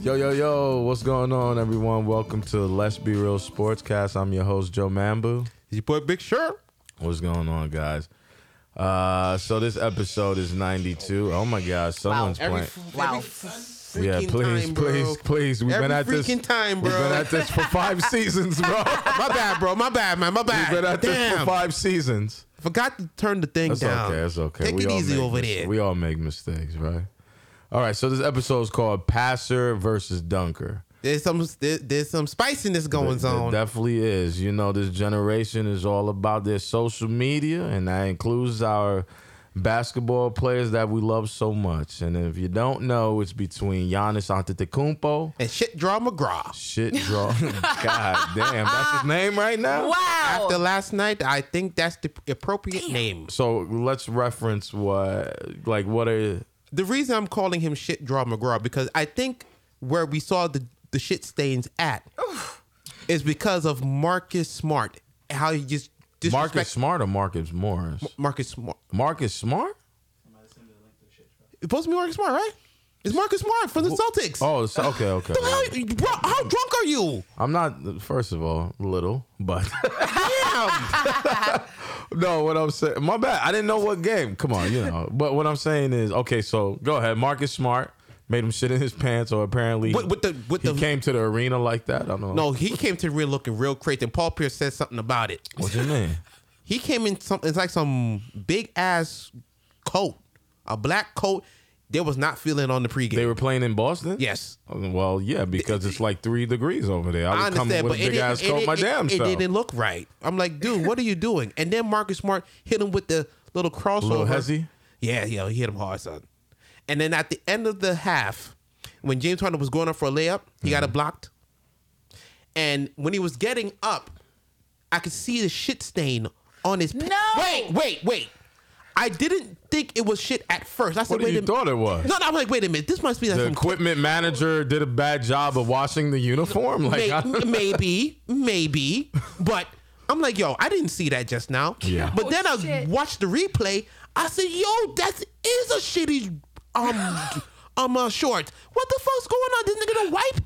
Yo, yo, yo, what's going on, everyone? Welcome to Let's Be Real Sportscast. I'm your host, Joe Mambu. You put Big Shirt. What's going on, guys? Uh, so this episode is 92. Oh my God, someone's Every, playing. f- Wow. every f- yeah, freaking please, time, bro. please, please. We've Every been at this. freaking time, We've bro. been at this for five seasons, bro. my bad, bro. My bad, man. My We've bad. been at this for Damn. five seasons. Forgot to turn the thing That's down. okay. That's okay. Take it all easy make over mis- there. We all make mistakes, right? All right. So this episode is called Passer versus Dunker. there's some there, there's some spiciness going It on. definitely is. You know, this generation is all about their social media, and that includes our basketball players that we love so much. And if you don't know, it's between Giannis Antetokounmpo. and shit, draw McGraw. Shit draw. God damn, that's his name right now. Wow. After last night, I think that's the appropriate name. So let's reference what, like, what are The reason I'm calling him shit draw McGraw because I think where we saw the the shit stains at is because of Marcus Smart. How you just disrespect Marcus Smart or Marcus Morris? Marcus Smart. Marcus Smart? It's supposed to be Marcus Smart, right? It's Marcus Smart from the Celtics. Oh, so, okay, okay. The hell- bro, how drunk are you? I'm not. First of all, little, but Damn. no. What I'm saying, my bad. I didn't know what game. Come on, you know. But what I'm saying is, okay. So go ahead. Marcus Smart made him shit in his pants, or apparently With- with the- with he the- came to the arena like that. I don't know. no, he came to the real looking real crazy, and Paul Pierce said something about it. what you mean? He came in some it's like some big ass coat, a black coat. They was not feeling on the pregame. They were playing in Boston. Oh, yes, Well, yeah, because it's like three degrees over there. I I would come understand, with a but it big ass didn't, coat, it, my it- damn it self. didn't look right. I'm like, dude, what are you doing? And then Marcus Smart hit him with the little crossover. Little hezzy? Yeah, yeah, he hit him hard, son. And then at the end of the half, when James Harden was going up for a layup, Mm-hmm. he got it blocked. And when he was getting up, I could see the shit stain on his. pa- No! Wait, wait, wait. I didn't think it was shit at first. I said, What do wait you a minute. thought it was? No, no, I'm like, wait a minute. This must be like The some equipment manager did a bad job of washing the uniform. Like, I May- don't- maybe, maybe, but I'm like, yo, I didn't see that just now. Yeah. But Oh, then I shit. watched the replay. I said, yo, that is a shitty um um uh, short. What the fuck's going on? This nigga don't wipe.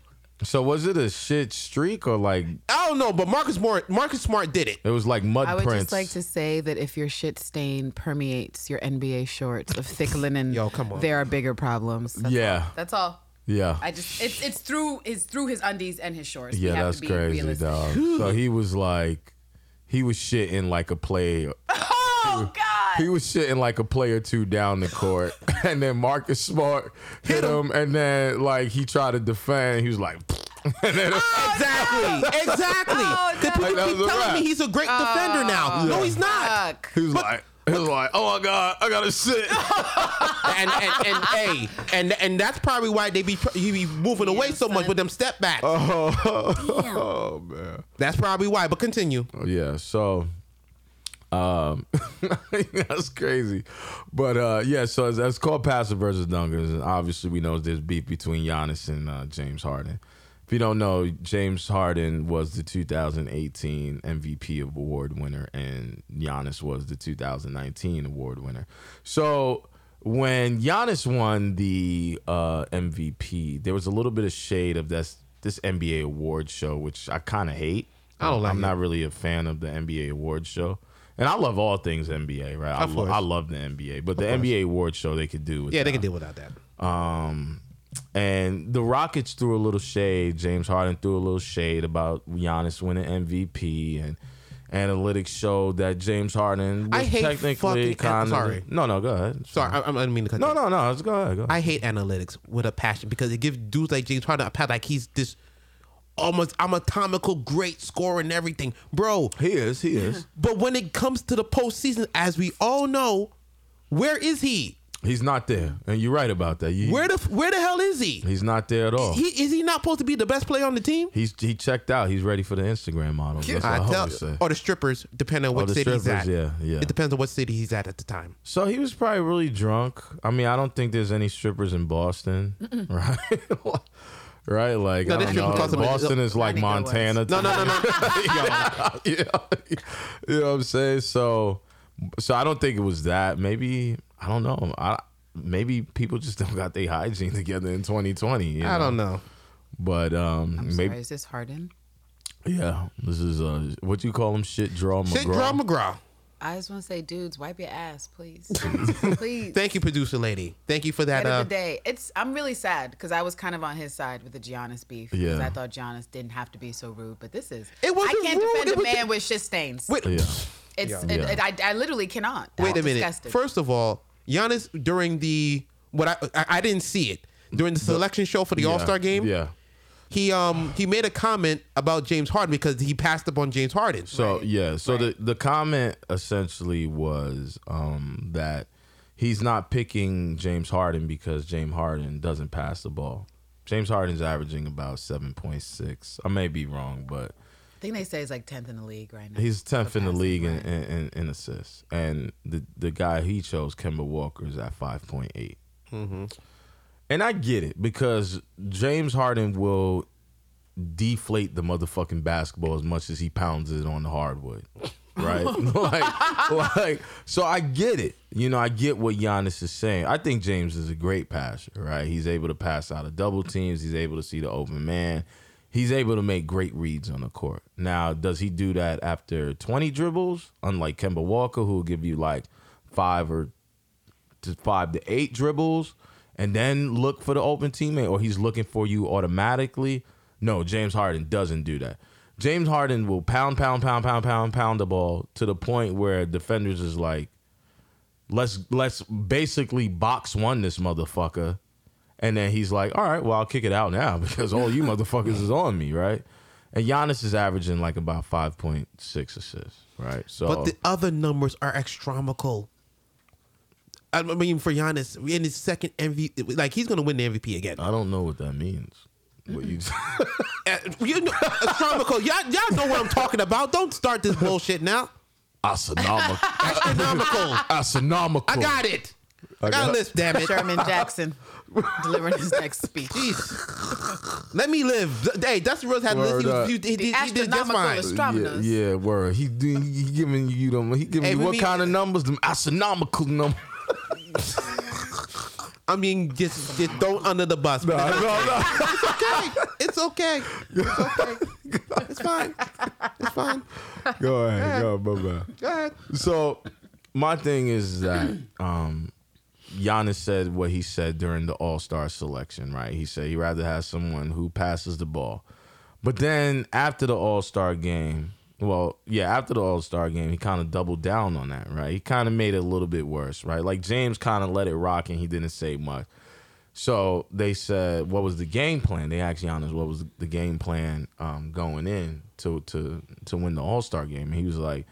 so was it a shit streak or like I don't know, but Marcus Moore, Marcus Smart did it. it was like mud I would prints? just like to say that if your shit stain permeates your NBA shorts of thick linen, Yo, come on. there are bigger problems. That's Yeah. all. that's all. yeah. I just it's it's through his through his undies and his shorts. We Yeah, have to that's be crazy, realistic. dog. so he was like, he was shitting like a player. Oh God. He was shitting like a player two down the court, and then Marcus Smart hit him, and then like he tried to defend. He was like, and then Exactly, exactly. Oh, the people Like, that keep was a telling wrap. me he's a great defender now. No, he's not. Fuck. he was like, he was like, oh my god, I gotta shit. and and and hey, and and that's probably why they be he be moving away so much with them step backs. oh man. that's probably why. But continue. Yeah. So, um, that's crazy. But uh, yeah, so it's, it's called Passer versus Dunkers, and obviously we know there's beef between Giannis and uh, James Harden. If you don't know, James Harden was the 2018 MVP award winner, and Giannis was the 2019 award winner. So when Giannis won the uh, MVP, there was a little bit of shade of this this NBA award show, which I kind of hate. I don't like I'm it. not really a fan of the NBA award show. And I love all things NBA, right? I, Of lo- course. I love the NBA, but the NBA award show they could do. Yeah, they without. can deal without that. Um, and the Rockets threw a little shade. James Harden threw a little shade about Giannis winning MVP, and analytics showed that James Harden was I hate technically fucking- kind of sorry. no, no, go ahead. Sorry, I, I didn't mean to cut. No, you. no, no. Let's go ahead. Go ahead. I hate analytics with a passion because it gives dudes like James Harden a path like he's this almost anatomical great scorer and everything, bro. he is. He is. But when it comes to the postseason, as we all know, where is he? He's not there, and you're right about that. You, Where the where the hell is he? he's not there at all. He is he not supposed to be the best player on the team? He's he checked out. He's ready for the Instagram model. That's what I, I always tell, say. or the strippers, depending on what the city he's strippers, at. yeah, yeah. It depends on what city he's at at the time. So he was probably really drunk. I mean, I don't think there's any strippers in Boston, right? right? Like No, I don't know. there's strippers in Boston, but- Boston is like Not any good Montana. ones. to No, no, no, no. yeah, you know what I'm saying. So, so I don't think it was that. Maybe I don't know. I maybe people just don't got their hygiene together in 2020. you I don't know. But um, I'm maybe sorry, is this Harden? yeah, this is uh, what you call him, shit draw McGraw. Shit, Draw McGraw. I just want to say, dudes, wipe your ass, please, please. Thank you, producer lady. Thank you for that. End Uh, of the day, it's I'm really sad because I was kind of on his side with the Giannis beef. 'cause Yeah. I thought Giannis didn't have to be so rude, but this is It wasn't I can't rude, defend it a was man just- with shit stains. wait, Yeah, It's Yeah. It, Yeah. it- I, I literally cannot. wait a I'm minute. disgusted. First of all, Giannis during the what I I, I didn't see it during the selection show for the All Star game. Yeah. he um he made a comment about James Harden because he passed up on James Harden. So Right. yeah, so Right. the the comment essentially was um, that he's not picking James Harden because James Harden doesn't pass the ball. James Harden's averaging about seven point six. I may be wrong, but I think they say he's like tenth in the league right now. he's tenth in the passing, league in, right. in, in, in assists, and the the guy he chose, Kemba Walker, is at five Mm-hmm. And I get it because James Harden will deflate the motherfucking basketball as much as he pounds it on the hardwood. Right? like, like, so I get it. You know, I get what Giannis is saying. I think James is a great passer, right? He's able to pass out of double teams, he's able to see the open man. He's able to make great reads on the court. Now, does he do that after 20 dribbles? Unlike Kemba Walker, who will give you like five or to five to eight dribbles and then look for the open teammate or he's looking for you automatically. No, James Harden doesn't do that. James Harden will pound, pound, pound, pound, pound, pound the ball to the point where defenders is like, let's let's basically box one this motherfucker. And then he's like, all right, well, I'll kick it out now because all you motherfuckers is on me, right? And Giannis is averaging like about 5.6 assists, right? So But the other numbers are astronomical. I mean, for Giannis in his second MVP, like he's gonna win the MVP again. I don't know what that means. What you Uh, you know, astronomical. Y'all, y'all know what I'm talking about. Don't start this bullshit now. astronomical. Oh, Astronomical. astronomical. I got it. I got got a it. list. Damn it. Sherman Jackson delivering his next speech. Jeez. Let me live. Th- Hey, Dustin Rose had a list. Word He, up. was, he, he, The he, he did just astronomical fine. is- Yeah, Astronomers. yeah, word. He, do- he giving you them. He giving Hey, you we what mean- kind of numbers? Them astronomical numbers. I mean, just, just thrown under the bus. no, no. okay. It's okay. It's okay. It's fine. It's fine. Go ahead, go, bye bye. Go ahead. So my thing is that um Giannis said what he said during the All Star selection, right? He said he'd rather have someone who passes the ball. But then after the All Star game, well, yeah, after the All Star game, he kind of doubled down on that, right? He kind of made it a little bit worse, right? Like James kind of let it rock and he didn't say much. So they said, "What was the game plan?" They asked Giannis, "What was the game plan um, going in to to to win the All Star game?" And he was like,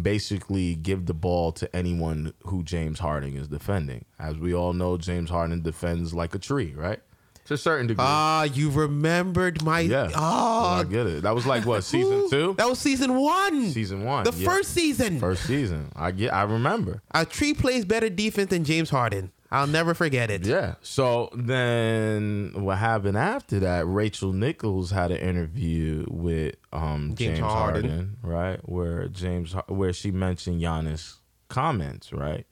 "Basically, give the ball to anyone who James Harden is defending." As we all know, James Harden defends like a tree, right? To a certain degree. Ah, you remembered my. yeah. Ah, I get it. That was like what season two, That was season one. season one, The yeah. first season. first season. I get. I remember. A tree plays better defense than James Harden. I'll never forget it. Yeah. So then what happened after that, Rachel Nichols had an interview with um, James, James Harden. Harden. right? Where James Har- where she mentioned Giannis comments, right?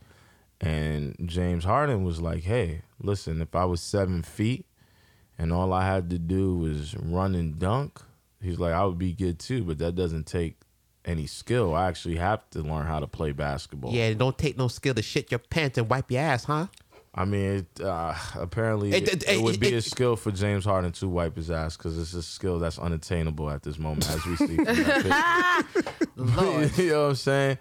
And James Harden was like, "Hey, listen, if I was 7 feet and all I had to do was run and dunk, he's like, I would be good too, but that doesn't take any skill. I actually have to learn how to play basketball. Yeah, it don't take no skill to shit your pants and wipe your ass, huh? I mean, it, uh, apparently It- it, it- it would be it- a skill for James Harden to wipe his ass because it's a skill that's unattainable at this moment, as we see. From that Lord. picture. you know what I'm saying?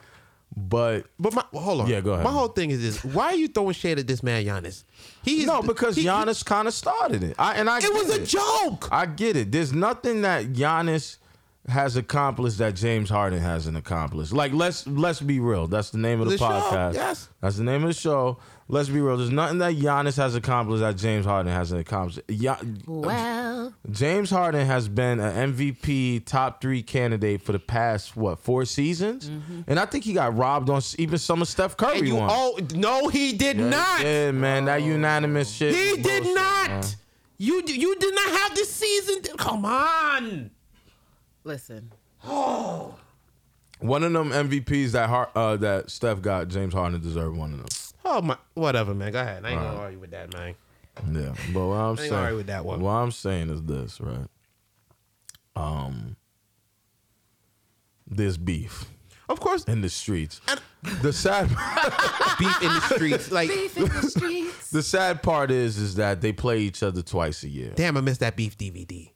But But my well, hold on. Yeah, go ahead. My whole thing is this: Why are you throwing shade at this man, Giannis? He is, no, because he- Giannis kind of started it. I and I It was get a joke. I get it. There's nothing that Giannis has accomplished that James Harden hasn't accomplished. Like let's let's be real. That's the name of the, The show, podcast. yes. That's the name of the show. Let's be real. There's nothing that Giannis has accomplished that James Harden hasn't accomplished. Ya- Well, James Harden has been an MVP top three candidate for the past what four seasons, and I think he got robbed on s- even some of Steph Curry Mm-hmm. And you ones. all no, he did not. yeah, man, that unanimous shit. He is did bullshit, Uh-huh. not. man. You you did not have this season. to- Come on. listen, One of them MVPs that Har- uh, that Steph got, James Harden deserved one of them. Oh my, whatever, man. Go ahead. I ain't gonna argue with that, man. Yeah, but what I'm think saying I'm alright with that one. What I'm saying is this, right? Um, this beef Of course, in the streets. The sad, beef in the streets. Like, Beef in the streets. the sad part is, is that they play each other twice a year. damn, I missed that beef DVD.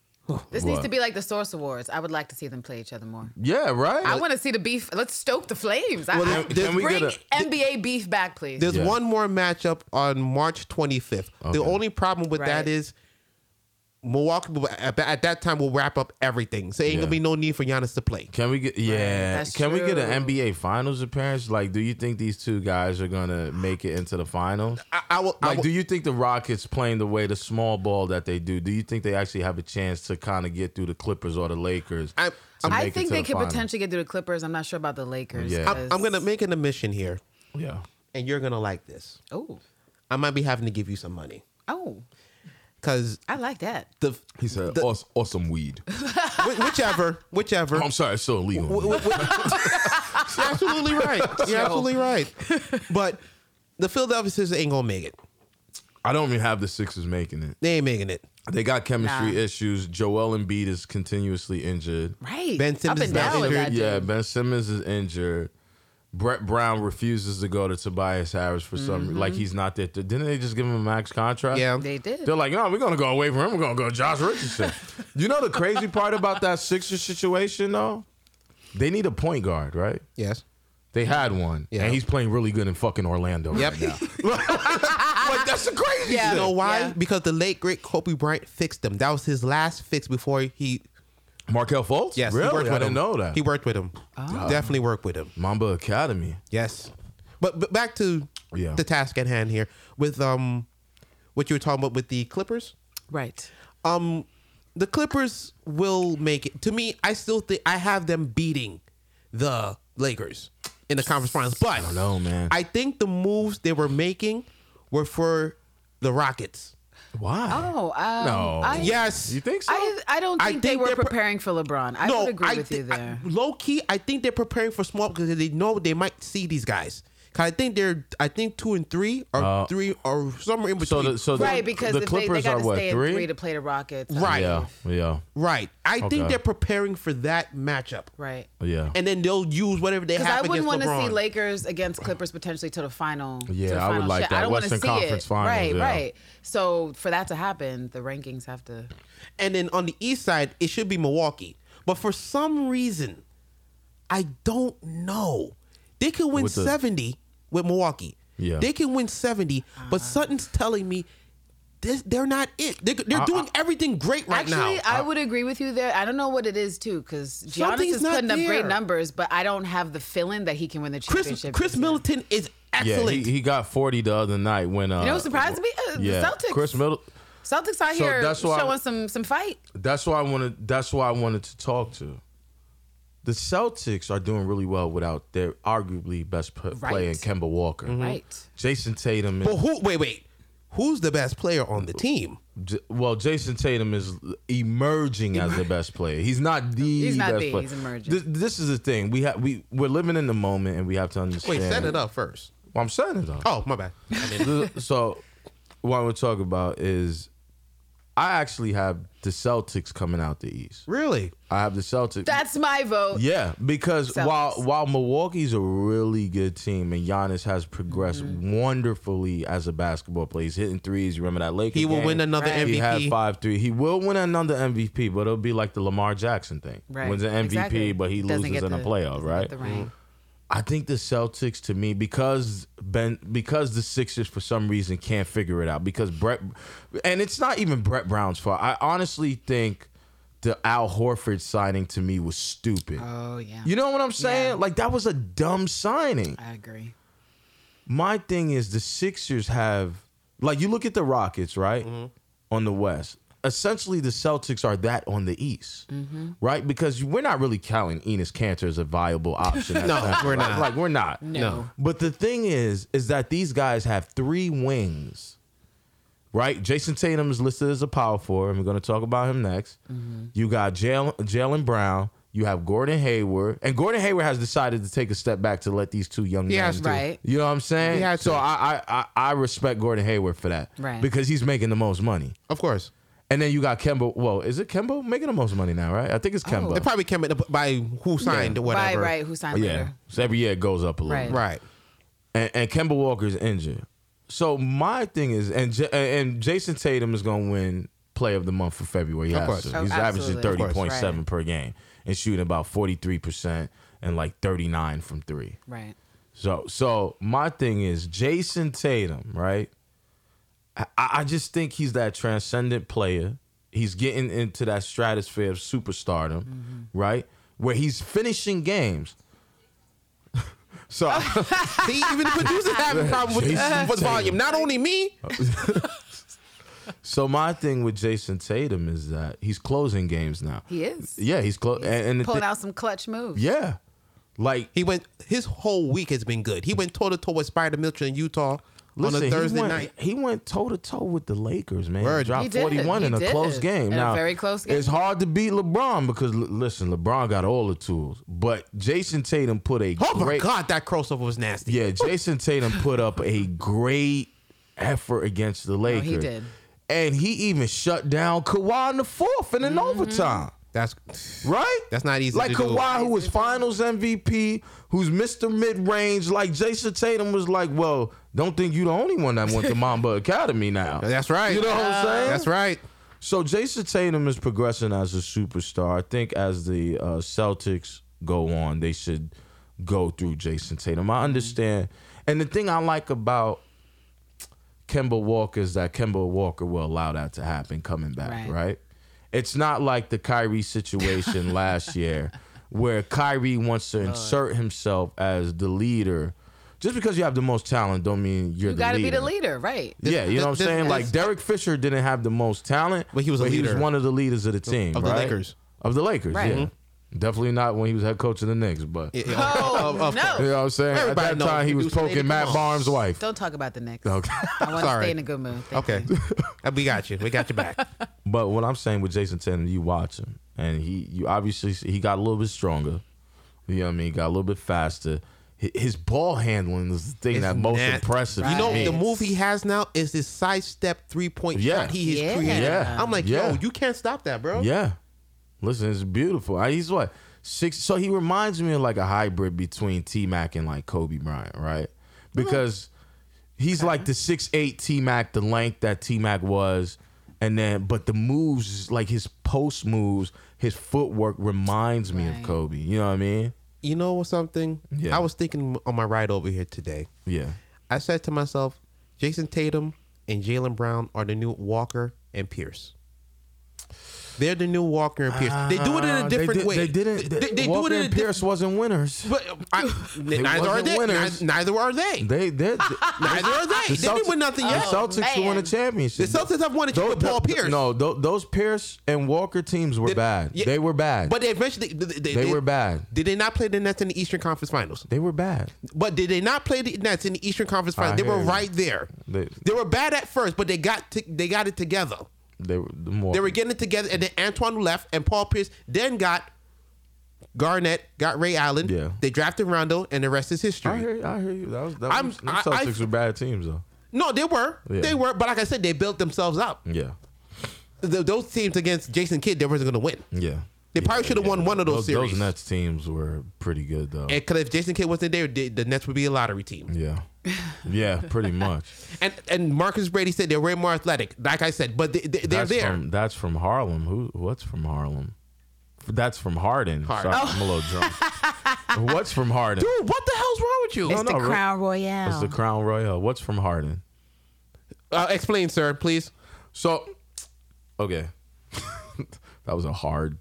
This What? needs to be like the Source Awards. I would like to see them play each other more. Yeah, right. I want to see the beef. Let's stoke the flames. I- Well, I- can- can we bring get a- NBA beef back, please. There's Yeah. one more matchup on March 25th. The Okay. only problem with that Right. is Milwaukee will- at at that time will wrap up everything, so ain't Yeah. gonna be no need for Giannis to play. Can we get yeah? that's Can we get an true. NBA Finals appearance? Like, do you think these two guys are gonna make it into the finals? I, I will. I Like, will- do you think the Rockets playing the way the small ball that they do? Do you think they actually have a chance to kind of get through the Clippers or the Lakers? I- to I'm- I make it think to they the could finals? potentially get through the Clippers. I'm not sure about the Lakers. Yeah. I'm, I'm gonna make an admission here, Yeah. and you're gonna like this. Oh, I might be having to give you some money oh, because I like that. the He said, The- "Awes- "Awesome weed." whi- whichever, whichever. I'm sorry, it's so illegal. Wh- wh- wh- You're absolutely right. You're absolutely right. But the Philadelphia Sixers ain't gonna make it. I don't even have the Sixers making it. They ain't making it. They got chemistry Nah. issues. Joel Embiid is continuously injured. Right. Ben Simmons Up and is not down with injured. that. Yeah, dude. Ben Simmons is injured. Brett Brown refuses to go to Tobias Harris for some like he's not there. Didn't they just give him a max contract? Mm-hmm. Yeah. They did. They're like, no, we're gonna go away from him. We're gonna go Josh Richardson. you know the crazy part about that Sixers situation though? They need a point guard, right? Yes. They had one, Yeah. and he's playing really good in fucking Orlando Yep. right now. like that's the crazy. Yeah. shit. You know why? Yeah. Because the late great Kobe Bryant fixed him. That was his last fix before he. Markel Fultz. Yes, really? he worked I with didn't him. know that. He worked with him. Oh. Definitely worked with him. Mamba Academy. Yes, but, but back to Yeah. the task at hand here with um, what you were talking about with the Clippers. Right. Um, the Clippers will make it. To me, I still think I have them beating the Lakers in the conference finals. But I don't know, man. I think the moves they were making were for the Rockets. Why? Oh, um, No. I, Yes, You think so? I, I don't I think, they think were they're pre- preparing for LeBron. I would agree with thi- you there. I- low key, I think they're preparing for small because they know they might see these guys. 'Cause I think they're, I think two and three or three or somewhere in Uh, so between. the so the, right, because the if they, they Clippers got are to what stay three? at three to play the Rockets. um, I Right. yeah, yeah, right, I Okay. think they're preparing for that matchup, Right. yeah. and then they'll use whatever they Because have I wouldn't want against to LeBron. see Lakers against Clippers potentially to the final. to Yeah, the I would final like shot. that. I don't wanna Western see Conference it. Finals, Right, yeah. right. So for that to happen, the rankings have to. and then on the east side, it should be Milwaukee. But for some reason, I don't know. They could win With the- seventy with Milwaukee. Yeah. they can win 70 But Ah. something's telling me this, they're not it. They, they're doing everything great right Actually, now. I would agree with you there. I don't know what it is too, because Giannis Something's is not putting up there. great numbers, but I don't have the feeling that he can win the Chris championship. Chris this year. Middleton is yeah, excellent. he, he got forty the other night when uh, You know, what surprised me. Uh, yeah, The Celtics. Chris Middleton. Celtics So out here that's why- showing some some fight. That's why I wanted. That's why I wanted to talk to. The Celtics are doing really well without their arguably best p- Right. Mm-hmm. player, Kemba Walker. Right. Jason Tatum. but Is, who? Wait, wait. Who's the best player on the team? J- well, Jason Tatum is emerging as the best player. He's not the He's not best the, player. he's emerging. This, this is the thing. We have we we're living in the moment, and we have to understand. Wait, set it up first. Well, I'm setting it up. Oh, my bad. I mean, so what I'm gonna talk about is I actually have the Celtics coming out the East. really? I have the Celtics. That's my vote. yeah, because Celtics. while while Milwaukee's a really good team and Giannis has progressed Mm-hmm. wonderfully as a basketball player, he's hitting threes. You remember that Lakers? He will game? win another Right. He had MVP. five three. He will win another MVP, but it'll be like the Lamar Jackson thing. Right. Wins an MVP, Exactly. but he Doesn't loses get in a the- playoff, doesn't get right? the ring. I think the Celtics to me because Ben because the Sixers for some reason can't figure it out because Brett and it's not even Brett Brown's fault. I honestly think the Al Horford signing to me was stupid. Uh, Oh yeah. you know what I'm saying? Yeah. Like that was a dumb signing. I agree. My thing is the Sixers have like you look at the Rockets, right? Mm-hmm. On the West. Essentially the Celtics are that on the East. Mm-hmm. Right? Because we're not really counting Enos Cantor as a viable option. at No, center. we're not. Like we're not. No. But the thing is, is that these guys have three wings, right? Jason Mm-hmm. Tatum is listed as a power forward, and we're going to talk about him next. You got Jalen Jalen Brown, You have Gordon Hayward, and Gordon Hayward has decided to take a step back to let these two young He men. has to. Right. You know what I'm saying? He has so to. I, I I I respect Gordon Hayward for that, Right. Because he's making the most money. Of course. And then you got Kemba. Well, is it Kemba making the most money now? Right? I think it's Kemba. Oh, It probably came in- by who signed or Right, whatever. right. Who signed yeah. later? So every year it goes up a little. Right. bit. Right. and, and Kemba Walker's injured. So my thing is, and J- and Jason Tatum is going to win Player of the Month for February. He Of has course. to. Oh, He's averaging absolutely. Of thirty course. point seven per game and shooting about forty three percent and like thirty nine from three. Right. So so my thing is Jason Tatum, right? I, I just think he's that transcendent player. He's getting into that stratosphere of superstardom, Mm-hmm. right? Where he's finishing games. Oh, so See, even the producers have a problem with, Jason with volume. Tatum. Not only me. So my thing with Jason Tatum is that he's closing games now. He is. Yeah, he's close. And, and the Pulling thi- out some clutch moves. Yeah, like He went. His whole week has been good. He went toe to toe with Spider Mitchell in Utah listen, on a Thursday he went, night. He went toe to toe with the Lakers, man. Word. Dropped He did. forty one He in a did. close game. In a now very close It's game. hard to beat LeBron because l- listen, LeBron got all the tools, but Jason Tatum put a Oh my great. God, that crossover was nasty. Yeah, Jason Tatum put up a great effort against the Lakers. he did. And he even shut down Kawhi in the fourth and in Mm-hmm. overtime. That's Right? That's not easy Like to do. Kawhi, who was finals MVP, who's Mr. Mid Range, like Jason Tatum was like, Well, don't think you the only one that went to Mamba Academy now. That's right. You know what I'm saying? That's right. So Jason Tatum is progressing as a superstar. I think as the uh, Celtics go on, they should go through Jason Tatum. I understand. And the thing I like about Kemba Walker is that Kemba Walker will allow that to happen coming back, right? Right. It's not like the Kyrie situation last year where Kyrie wants to insert himself as the leader. Just because you have the most talent don't mean you're You the got to leader. be the leader, right? Yeah, you know what I'm This- saying? this- Like Derek Fisher didn't have the most talent, But he was a leader. one of the leaders of the team of the right? Lakers. Of the Lakers, Right. yeah. Definitely not when he was head coach of the Knicks, but Yeah, yeah. Oh, no. you know what I'm saying? Everybody At that knows time, he the was dude's lady. poking Come Matt on. Barnes' wife. Don't talk about the Knicks. Okay. I want to Sorry. stay in a good mood. Thank Okay. you. we got you. We got your back. But what I'm saying with Jason Tatum, you watch him, and he, you obviously, he got a little bit stronger. You know what I mean? He got a little bit faster. Hi- His ball handling is the thing It's that most na- impressive. You to know me. the move he has now is this sidestep three point Yeah. shot he has Yeah. created. Yeah. I'm like, Yeah. yo, you can't stop that, bro. Yeah. Listen, it's beautiful. I- He's what? Six so he reminds me of like a hybrid between T Mac and like Kobe Bryant, right? Because he's like the six eight T Mac, the length that T Mac was, and then but the moves, like his post moves, his footwork reminds me of Right. Kobe. You know what I mean? You know what something? Yeah. I was thinking on my ride over here today. Yeah. I said to myself, Jason Tatum and Jalen Brown are the new Walker and Pierce. They're the new Walker and Pierce. They do it in Uh, a different did- way. They didn't. They, they do it Walker in a and Pierce different. wasn't winners. But uh, I, neither are wasn't they. winners. Neither, neither are they. They did. Neither are they. They didn't win nothing The yet. Oh, Celtics man. won a The championship. Celtics have won it with Paul th- Pierce. No, th- those Pierce and Walker teams were They- bad. yeah. they were bad. But they eventually they, they- they, they- were bad. Did they not play the Nets in the Eastern Conference Finals? They were bad. But did they not play the Nets in the Eastern Conference Finals? They hear were you. right there. They- They, were bad at first, but they got to, they got it together. They were the more. They were getting it together, and then Antoine left, and Paul Pierce then got Garnett, got Ray Allen. Yeah. They drafted Rondo, and the rest is history. I hear. You, I hear you. That was. That I'm- was the I- I- Celtics were bad teams though. No, they were, Yeah. they were. But like I said, they built themselves up. Yeah. Mm. Th- those teams against Jason Kidd, they wasn't going to win. Yeah. They probably should have won one of those, Mm. Those, series. those Nets teams were pretty good though. Because if Jason Kidd wasn't there, the, the Nets would be a lottery team. yeah. Yeah. Pretty much. And and Marcus Brady said they're way more athletic. Like I said, but they, they, they're that's there. From, that's from Harlem. Who? What's from Harlem? That's from Harden. Harden. Sorry, I'm a little drunk. what's from Harden? Dude, what the hell's wrong with you? No, no, re- Royale. It's the Crown Royal. What's from Harden? Uh, explain, sir, please. So, okay, that was a hard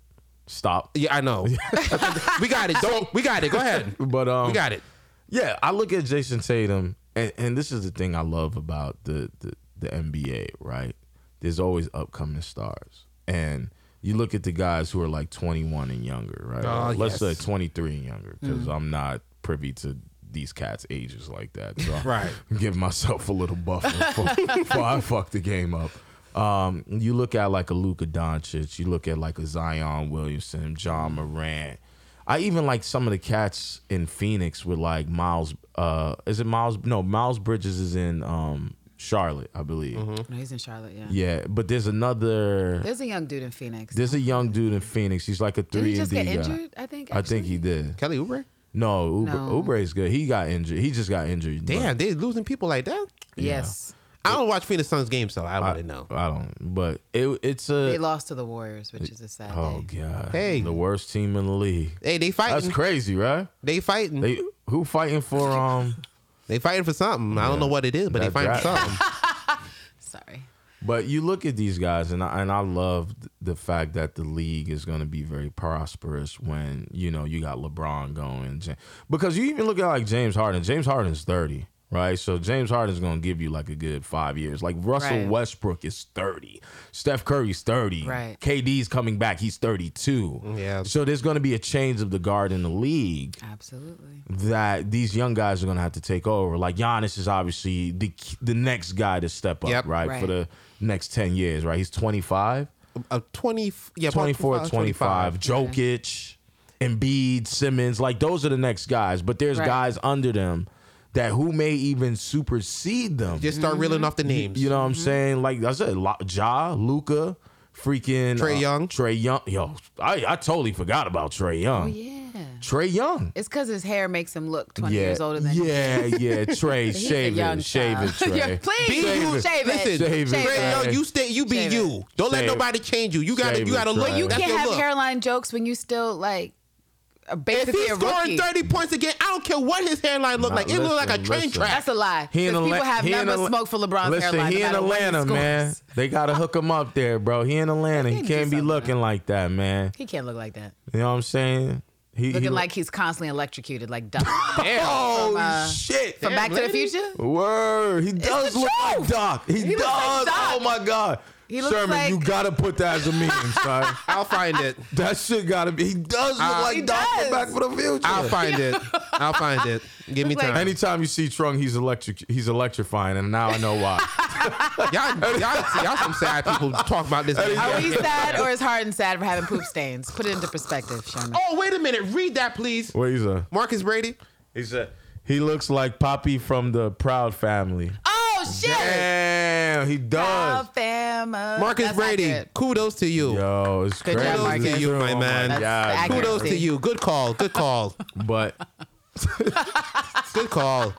stop. Yeah, I know. we got it. Don't, we got it. Go ahead. But um, We got it. Yeah, I look at Jason Tatum, and, and this is the thing I love about the, the the NBA. Right, there's always upcoming stars, and you look at the guys who are like 21 and younger. Right, Oh, let's yes. say 23 and younger, because Mm. I'm not privy to these cats' ages like that. So Right. give myself a little buffer for, for I fuck the game up. Um, you look at like a Luka Doncic, you look at like a Zion Williamson, Mm. John Morant. I even like some of the cats in Phoenix with like Miles. Uh, is it Miles? No, Miles Bridges is in um Charlotte, I believe. No, he's in Charlotte. Yeah. Yeah, but there's another. There's a young dude in Phoenix. There's a young dude in Phoenix. He's like a three Did he and just D get guy. injured? I think. I think he did. Kelly Oubre. No, Uber, No. Uber is good. He got injured. He just got injured. but- Damn, they losing people like that. he. Yes. I don't watch Phoenix Suns games, so I wouldn't know. I don't. But it, it's a. They lost to the Warriors, which is a sad oh day. god. Hey. the worst team in the league. Hey, they fighting. That's crazy, right? They fighting. They, They who fighting for um. fighting for something. I don't know what it is, but they That- fighting for that- something. Sorry. But you look at these guys, and I, and I love th- the fact that the league is going to be very prosperous when you know you got LeBron going, Ja- because you even look at like James Harden. James Harden's thirty, right? So James Harden's going to give you like a good five years. Like Russell Right. Westbrook is thirty, Steph Curry's thirty, Right. KD's coming back, he's thirty-two. Yeah. So there's going to be a change of the guard in the league Absolutely. that these young guys are going to have to take over. Like Giannis is obviously the the next guy to step up, Yep. right, for Right. the next 10 years, right? He's 25, A twenty. Yeah, about 24, 25. Jokic, Embiid, Simmons, like those are the next guys, but there's Right. guys under them that who may even supersede them. Just start reeling off the names. you know what I'm saying? Like I said, Lo- Ja, Luca, freaking Trae Young. Trey Young. Yo, I, I totally forgot about Trey Young. Oh yeah. Trey Young. It's because his hair makes him look 20 years older than he yeah, yeah. Trey, He's a shave young it, shave it, child. Yeah, Trey. Please, Be shave who- it. Shave it. listen, Shave it. Trey Shave Young, you stay. You be Shave you. Don't let Shave it. nobody change you. You got. to Shave You it, got to look. Trey. You You That's can't your have look. hairline jokes when you still like a If basically he's a scoring rookie. thirty points again, I don't care what his hairline look Nah, like. It look like a listen, train listen. track. That's a lie. He in Because Ala- people have he in never Ala- smoked for LeBron's Listen, hairline. he no in matter when he Atlanta, scores. man. They gotta hook him up there, bro. He in Atlanta. He They can can't do be something. looking like that, man. He can't look like that. You know what I'm saying? He he Looking look- like he's constantly electrocuted, like Doc. Oh from, uh, shit! from Back to the lady. Future. Word, he does the look like truth. Doc. He, He does. looks like Doc. Oh my god, He looks Sherman, like- you gotta put that as a meme, son. I'll find it. That shit gotta be. He does look Uh, like He Doc from does. Back to the Future. I'll find it. I'll find it. Give me Look like- time. Anytime you see Trung, he's electric. He's electrifying, and now I know why. Y'all, y'all, y'all some sad people talk about this. Are we sad or is Harden sad for having poop stains? Put it into perspective, Sherman. Oh, wait a minute. Read that, please. What is that? Marcus Brady. He said he looks like Poppy from the Proud Family. Oh shit! Damn, he does. Marcus Brady. Kudos to you. Yo, it's Good crazy. job, Marcus. This is You, true. my Oh man. That's God, accurate. man. Kudos to you. Good call. Good call. But Good call.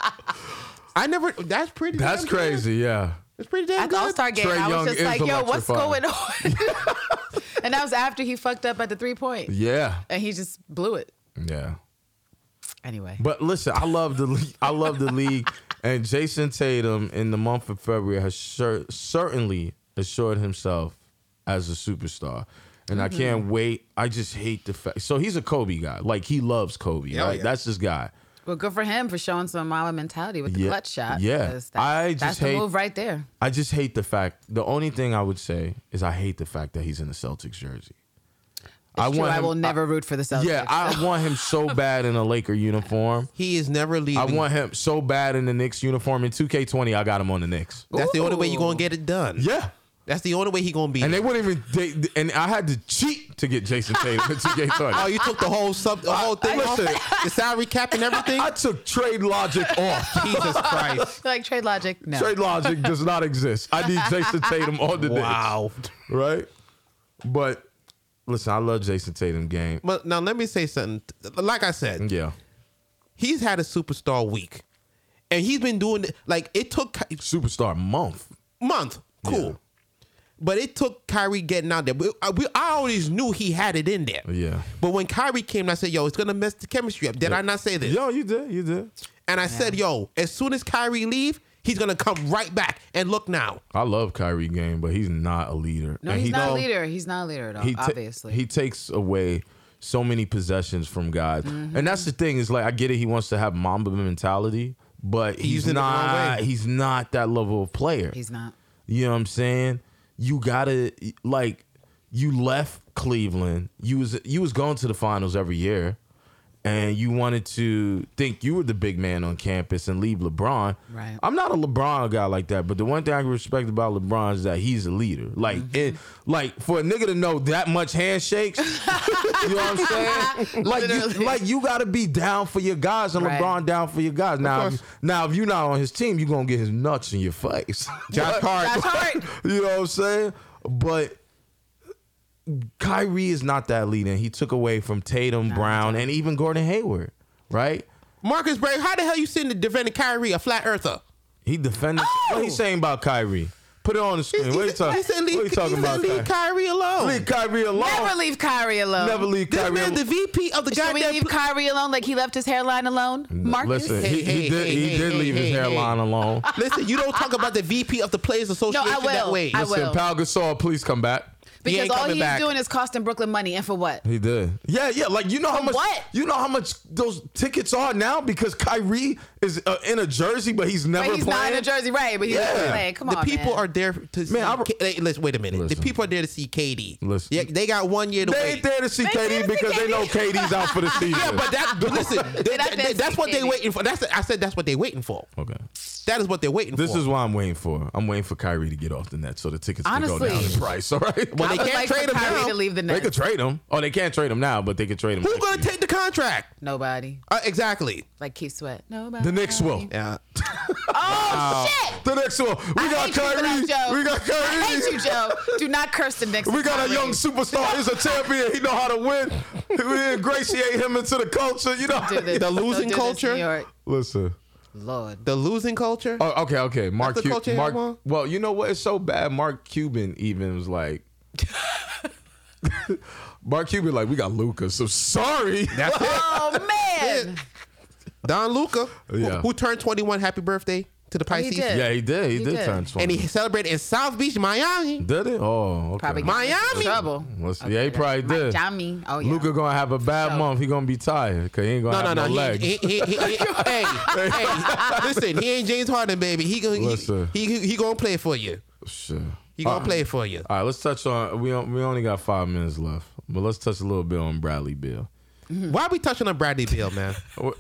I never. That's pretty. that's damn good. crazy. Yeah. It's pretty damn At the good. All Star game, Trae I Young was just is like, "Yo, what's electrifying. going on?" and that was after he fucked up at the three point, Yeah. and he just blew it. Yeah. Anyway, But listen, I love the league. I love the league, and Jason Tatum in the month of February has cer- certainly assured himself as a superstar, and I can't Mm-hmm. wait. I just hate the fact. So he's a Kobe guy. Like he loves Kobe. Yeah, right? yeah. That's his guy. well, good for him for showing some mama mentality with the Yeah, clutch shot. yeah. 'cause That, I just that's hate- the move right there. I just hate the fact. The only thing I would say is I hate the fact that he's in the Celtics jersey. It's true, I him- will never root for the Celtics. yeah, I want him so bad in a Laker uniform. He is never leaving. Mm-hmm. I want him so bad in the Knicks uniform. In 2K20, I got him on the Knicks. That's the only way you're Ooh. gonna get it done. Yeah. That's the only way he gonna be. And they wouldn't even. They, and I had to cheat to get Jason Tatum in 2K20. oh, you took the whole sub, the whole thing. off? listen. the salary cap and everything. I took trade logic off. Jesus Christ! like trade logic. No, Trade logic does not exist. I need Jason Tatum on the Wow. Knicks. Right? But listen, I love Jason Tatum game. But now let me say something. Like I said, Yeah. he's had a superstar week, and he's been doing it. Like it took Ky- Superstar month. month, cool, Yeah. but it took Kyrie getting out there. We, I, we, I always knew he had it in there. Yeah. But when Kyrie came, I said, "Yo, it's gonna mess the chemistry up." Did I not say this? Yo, you did. You did. And I said, "Yo, as soon as Kyrie leave, he's gonna come right back." And look now, I love Kyrie game, but he's not a leader. no, And he's he not a don't- leader. He's not a leader at all. he ta- obviously, he takes away so many possessions from guys, Mm-hmm. and that's the thing is like I get it. He wants to have Mamba mentality, but he's using it the wrong not. way. He's not that level of player. he's not. You know what I'm saying? You gotta like you left Cleveland. You was you was going to the finals every year, and you wanted to think you were the big man on campus and leave LeBron. Right. I'm not a LeBron guy like that, but the one thing I can respect about LeBron is that he's a leader. Like Mm-hmm. it, like for a nigga to know that much handshakes, you know what I'm saying? Like you, Literally. like you got to be down for your guys and Right. LeBron down for your guys. Now course. if, now if you're not on his team, you're going to get his nuts in your face. Josh But- Hart. Josh Hart. you know what I'm saying? But Kyrie is not that leader. He took away from Tatum, Brown, and even Gordon Hayward, right? Marcus Brave, how the hell you sitting there defending Kyrie, a flat earther? He defended. Oh! What are you saying about Kyrie? Put it on the screen. What are you talking, He said what leave, are you talking he about? said leave Kyrie? Kyrie alone. Leave Kyrie alone. Never leave Kyrie alone. Never leave this Kyrie man, alone. the VP of the Should we goddamn. leave Kyrie alone like he left his hairline alone? Marcus? Listen, he, Hey, he hey, did, hey, he hey, did hey, leave his hey, hey. hairline alone. Listen, you don't talk about the VP of the Players Association No, I that will. way. I Listen, Listen, will. Pal Gasol, please come back. He because ain't all coming he's back. doing is costing Brooklyn money, and for what? He did. Yeah, yeah. Like you know how much what? you know how much those tickets are now because Kyrie is uh, in a jersey, but he's never But he's playing. not in a jersey, right? But he's Yeah. playing. Come the on, people man. are there to see. Man, I- K- hey, let's wait a minute. Listen. The people are there to see KD. Listen. Yeah, they got one year to They wait. ain't there to see They KD did because see they know KD. KD's out for the season. Yeah, but that listen, they- Did I they- miss that's what they KD? waiting for. That's I said that's what they waiting for. okay. That is what they're waiting Oh. This for. is what I'm waiting for. I'm waiting for Kyrie to get off the net so the tickets can Honestly. go down in price. All right. Well, I they would can't like trade for him Kyrie now. to leave the they net. could trade him. Oh, they can't trade him now, but they could trade him. who's next going to year. take the contract. Nobody. Uh, exactly. Like Keith Sweat. Nobody. the Knicks? Will Yeah. Oh, shit. the Knicks? Will we I got hate you for that, Kyrie? Joe. We got I hate Kyrie. you, Joe. Do not curse the Knicks. We got a Kyrie. young superstar. He's a champion. He know how to win. We ingratiate him into the culture. You know. Do this. The losing Don't do this, culture? New York. Listen. Lord. The losing culture. Oh, okay, okay. Mark, the Cu- culture you Mark. want? Well, you know what? It's so bad. Mark Cuban even was like, Mark Cuban like, we got Luca. So sorry. Oh man. Don Luca, Yeah. who, who turned 21, happy birthday to the Pisces. Oh, did. yeah, he did. He, He did, did. turn twenty. And he celebrated in South Beach, Miami. did it. Oh, okay. Probably My- getting in Miami. trouble. Listen, yeah, he probably did. Miami. Oh yeah. Luca gonna have a bad So- month. He gonna be tired because he ain't gonna No, no, have no. no, legs. He, he, he, he, he- hey, hey, listen, he ain't James Harden, baby. He gonna he, Listen. Uh, he, he, gonna play for you. Oh, Shit. He gonna All right. play for you. All right, let's touch on. We on- we only got five minutes left, but let's touch a little bit on Bradley Bill. Why are we touching on Bradley Beal, man?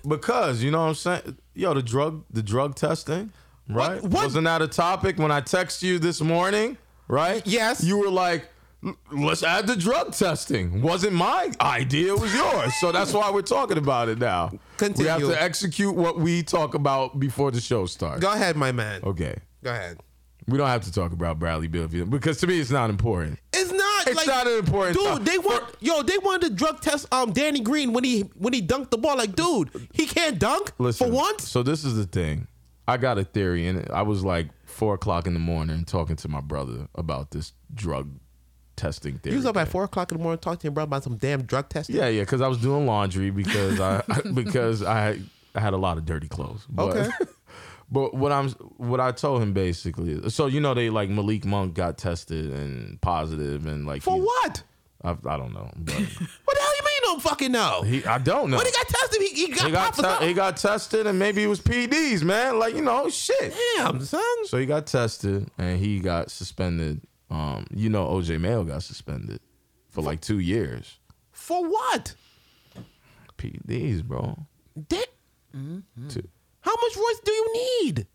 Because you know what I'm saying, yo, the drug the drug testing, right? What- what- Wasn't that a topic when I text you this morning, right? Yes. You were like, "L- let's add the drug testing. Wasn't my idea, it was yours. so that's why we're talking about it now. We have Continue. to execute what we talk about before the show starts. Go ahead, my man. Okay. Go ahead. We don't have to talk about Bradley Bill if you- because to me it's not important. It's not. It's like, not an important dude. topic. They want yo. They wanted to drug test um Danny Green when he when he dunked the ball. Like, dude, he can't dunk Listen, for once. So this is the thing. I got a theory, and I was like four o'clock in the morning talking to my brother about this drug testing theory. You was up at four o'clock in the morning talking to your brother about some damn drug testing. yeah, yeah, because I was doing laundry because I because I I had a lot of dirty clothes. But, Okay. But what I'm what I told him basically, is- so you know they like Malik Monk got tested and positive and like For he's- what? I, I don't know. But What the hell you mean? you Don't fucking know. he, I don't know. What he got tested? He, he got, He got popped for te- he something. got tested and maybe it was PDs, man. Like you know, shit. Damn, son. So he got tested and he got suspended. Um, you know, OJ Mayo got suspended for like two years. For what? PDs, bro. That, Two. how much Royce do you need?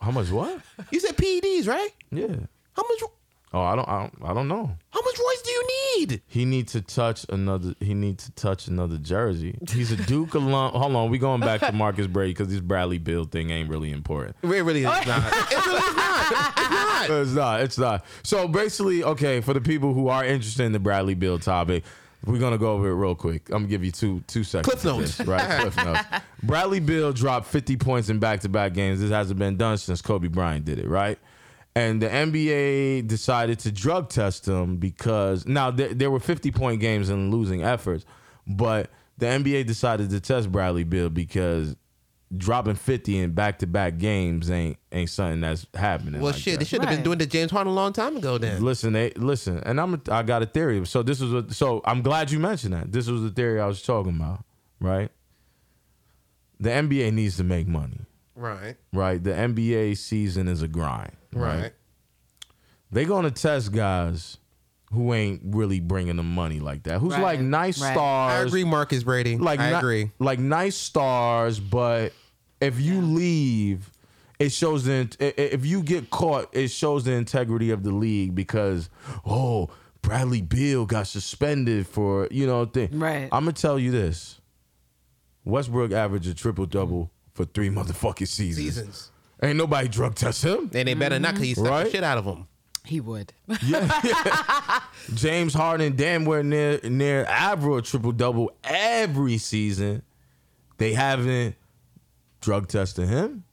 How much? What? You said PEDs, right? Yeah. How much? Oh, I don't, I don't. I don't know. How much Royce do you need? He need to touch another. He need to touch another jersey. He's a Duke alum. Hold on, we going back to Marcus Brady because this Bradley Bill thing ain't really important. It really is not. it really is not. It's not. It's not. It's not. So basically, okay, for the people who are interested in the Bradley Bill topic, we're gonna go over it real quick. I'm gonna give you two two seconds. Cliff of notes. this, right? Cliff notes. Bradley Bill dropped 50 points in back-to-back games. This hasn't been done since Kobe Bryant did it, right? And the NBA decided to drug test him because now there, there were 50 point games and losing efforts, but the NBA decided to test Bradley Bill because dropping 50 in back-to-back games ain't ain't something that's happening. Well, like shit, that. they should have been Right. doing the James Harden a long time ago. Then Listen, they, listen, and I'm a, I got a theory. So this is what. So I'm glad you mentioned that. This was the theory I was talking about, right? The NBA needs to make money, right, right? The NBA season is a grind, They're going to test guys who ain't really bringing the money like that. Who's Right, like nice right. stars. I agree, Marcus Brady. Like I ni- agree. Like nice stars, but if you leave, it shows the in- i- i- if you get caught, it shows the integrity of the league because oh, Bradley Beal got suspended for you know thing. Right. I'm gonna tell you this: Westbrook averaged a triple double for three motherfucking seasons. Seasons. Ain't nobody drug test him. And they better not because you slap the Right? shit out of them. He would. James Harden damn we're near near average triple double every season. They haven't drug tested him.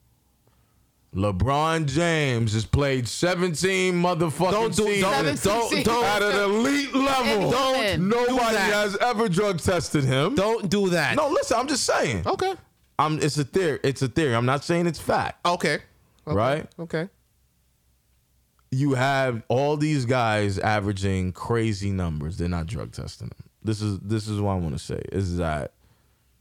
LeBron James has played 17 motherfucking Don't do- seasons don't- don't- don't- at an elite level. And Don't women. nobody that. has ever drug tested him. Don't do that. No, listen, I'm just saying. Okay. I'm it's a theory. It's a theory. I'm not saying it's fact. Okay. Okay. Right? Okay. you have all these guys averaging crazy numbers. They're not drug testing them. This is this is what I want to say is that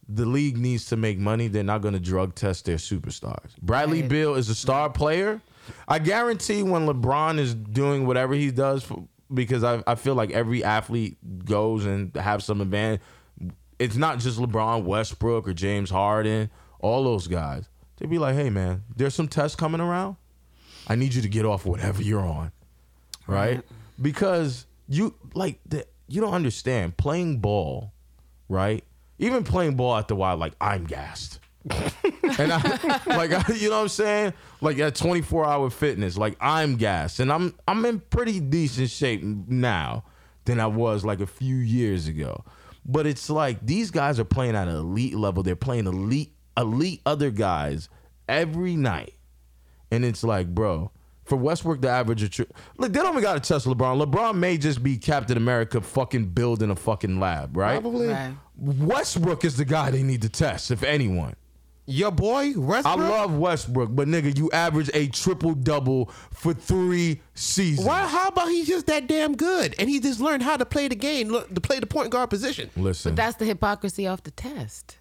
the league needs to make money. They're not going to drug test their superstars. Bradley Right. Beal is a star player. I guarantee when LeBron is doing whatever he does, for, because I, I feel like every athlete goes and have some advantage. It's not just LeBron Westbrook or James Harden, all those guys. They'd be like, hey, man, there's some tests coming around. I need you to get off whatever you're on, right? Because you like the, you don't understand playing ball, right? Even playing ball at the wild, like I'm gassed, and I like I, you know what I'm saying, like at 24 hour fitness, like I'm gassed, and I'm I'm in pretty decent shape now than I was like a few years ago, but it's like these guys are playing at an elite level. They're playing elite elite other guys every night. And it's like, bro, for Westbrook to average a tri- look, they don't even got to test LeBron. LeBron may just be Captain America fucking building a fucking lab, right? Probably. Right. Westbrook is the guy they need to test, if anyone. Your boy, I Westbrook. love Westbrook, but nigga, you average a triple double for three seasons. Why? How about he's just that damn good, and he just learned how to play the game, look, to play the point guard position. Listen, But that's the hypocrisy off the test.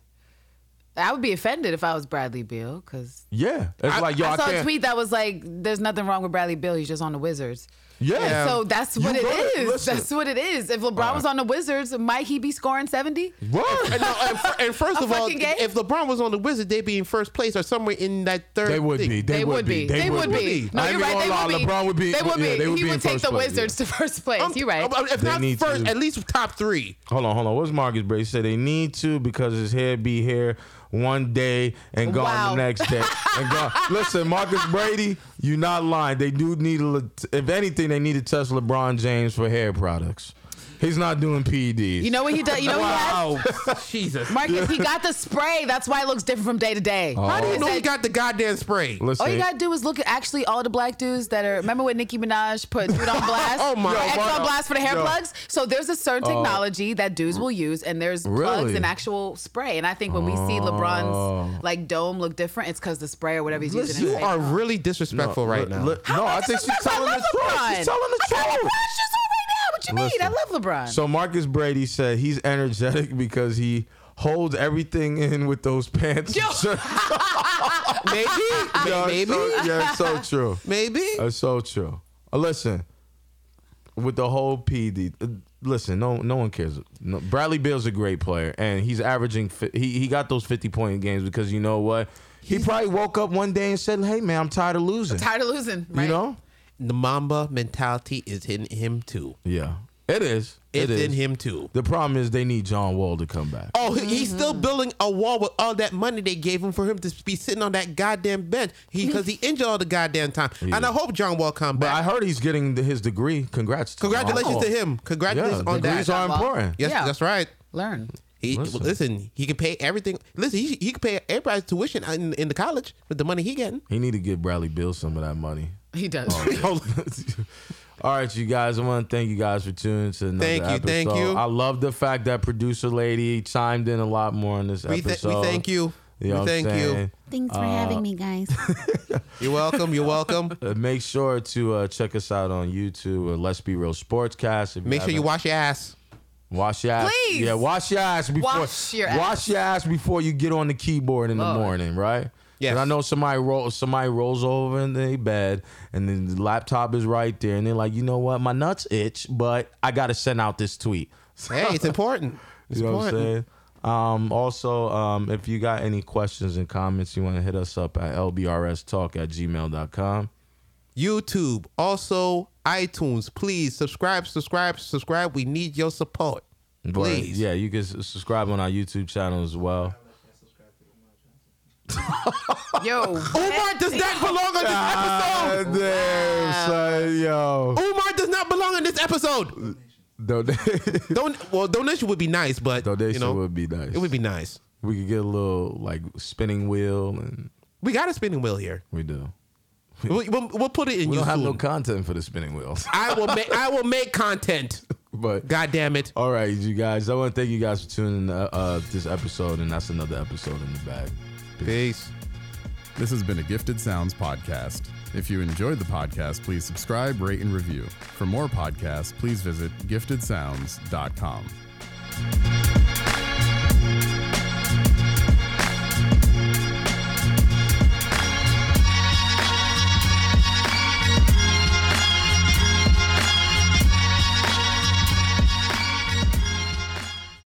I would be offended if I was Bradley Bill because yeah, it's like yo, I, I saw a can't. tweet that was like, "There's nothing wrong with Bradley Bill. He's just on the Wizards." Yeah. And so that's what You it gotta- is. listen. That's what it is. If LeBron Right. was on the Wizards, might he be scoring seventy? What? And, no, and, fir- and first A of all, fucking game? if LeBron was on the Wizards, they'd be in first place or somewhere in that third. They would thing. be. They, would be. They, would be. No, I ain't you're even right. They gonna would lie, be. LeBron would be. They would be. yeah, they would he be in would take first the place, yeah. Wizards to first place. I'm- you're right. I'm- If They not need first, to- at least top three. Hold on, hold on. What's Marcus Brady said? They need to because his hair be here one day and gone Wow. the next day. and gone. Listen, Marcus Brady, you're not lying. They do need, a, le- if anything, they need to test LeBron James for hair products. He's not doing E PEDs. You know what he does? You know what he has? Wow, Oh, Jesus! Marcus, he got the spray. That's why it looks different from day to day. Oh. How do Oh, you Is know that- he got the goddamn spray? Listen, All oh, you gotta do is look at actually all the black dudes that are. Remember when Nicki Minaj put dude on blast? Oh my- Or Yo, X Mark- on blast for the hair yo. Oh. plugs. So there's a certain technology that dudes will use, and there's plugs Really? and actual spray. And I think when we see Oh. LeBron's like dome look different, it's because the spray or whatever he's using. in you his face. are really disrespectful right Le- now. le- no, I think she's telling the truth. She's telling the I got LeBron truth. shoes on right now. What you Listen. mean? I love LeBron. So Marcus Brady said he's energetic because he holds everything in with those pants. Yo. Sure. maybe, Yo, it's maybe, So, yeah, it's so true. maybe. That's so true. Uh, listen, with the whole PD, uh, listen, no, no one cares. No, Bradley Bill's a great player, and he's averaging. fi- He he got those fifty point games because you know what? He probably woke up one day and said, "Hey man, I'm tired of losing." Tired of losing, right? You know? The Mamba mentality is in him too. Yeah, it is. It It's is. in him too. The problem is they need John Wall to come back. Oh, he- he's still building a wall with all that money they gave him for him to be sitting on that goddamn bench because he, injured all the goddamn time. And I hope John Wall come But I back. heard he's getting the, his degree. Congrats! To Congratulations John to Wall. him. Yeah, Congratulations on degrees that. are important. yes, Yeah. that's right. Learn. He Listen. listen. He can pay everything. Listen, he, he can pay everybody's tuition in, in the college with the money he getting. He need to give Bradley Bill some of that money. He does. All right, you guys. I want to thank you guys for tuning to another Thank you, episode. thank you. I love the fact that producer lady chimed in a lot more on this We, th- we episode. thank you. know what we I'm thank you. saying? Thanks for having me, guys. You're welcome. You're welcome. Uh, make sure to uh, check us out on YouTube. Uh, Let's be real sportscast. If Make sure you haven't- wash your ass. wash your ass. Please. yeah, wash your ass before Wash your ass. wash your ass before you get on the keyboard in the Lord. morning, right? Yeah, Yes. I know somebody roll somebody rolls over in their bed and then the laptop is right there and they're like, you know what, my nuts itch, but I gotta send out this tweet. Hey, it's important. It's You know what I'm important. saying? Um, also, um, if you got any questions and comments, you want to hit us up at lbrstalk at gmail.com. YouTube, also iTunes. Please subscribe, subscribe, subscribe. We need your support. Please. yeah, you can s- subscribe on our YouTube channel as well. Oh. Yo, Umar does not belong on this episode. damn, son, yo. Umar does not belong on this episode. Donation, Don't well, donation would be nice, but you know, would be nice. it would be nice. We could get a little like spinning wheel, and We got a spinning wheel here. we do. We, will we'll put it in We you don't have soon. no content for the spinning wheels, I will make I will make content. but God damn it. all right, you guys. I want to thank you guys for tuning in uh, uh, this episode, and that's another episode in the bag. Peace. This has been a Gifted Sounds podcast. If you enjoyed the podcast, please subscribe, rate, and review. For more podcasts, please visit giftedsounds.com.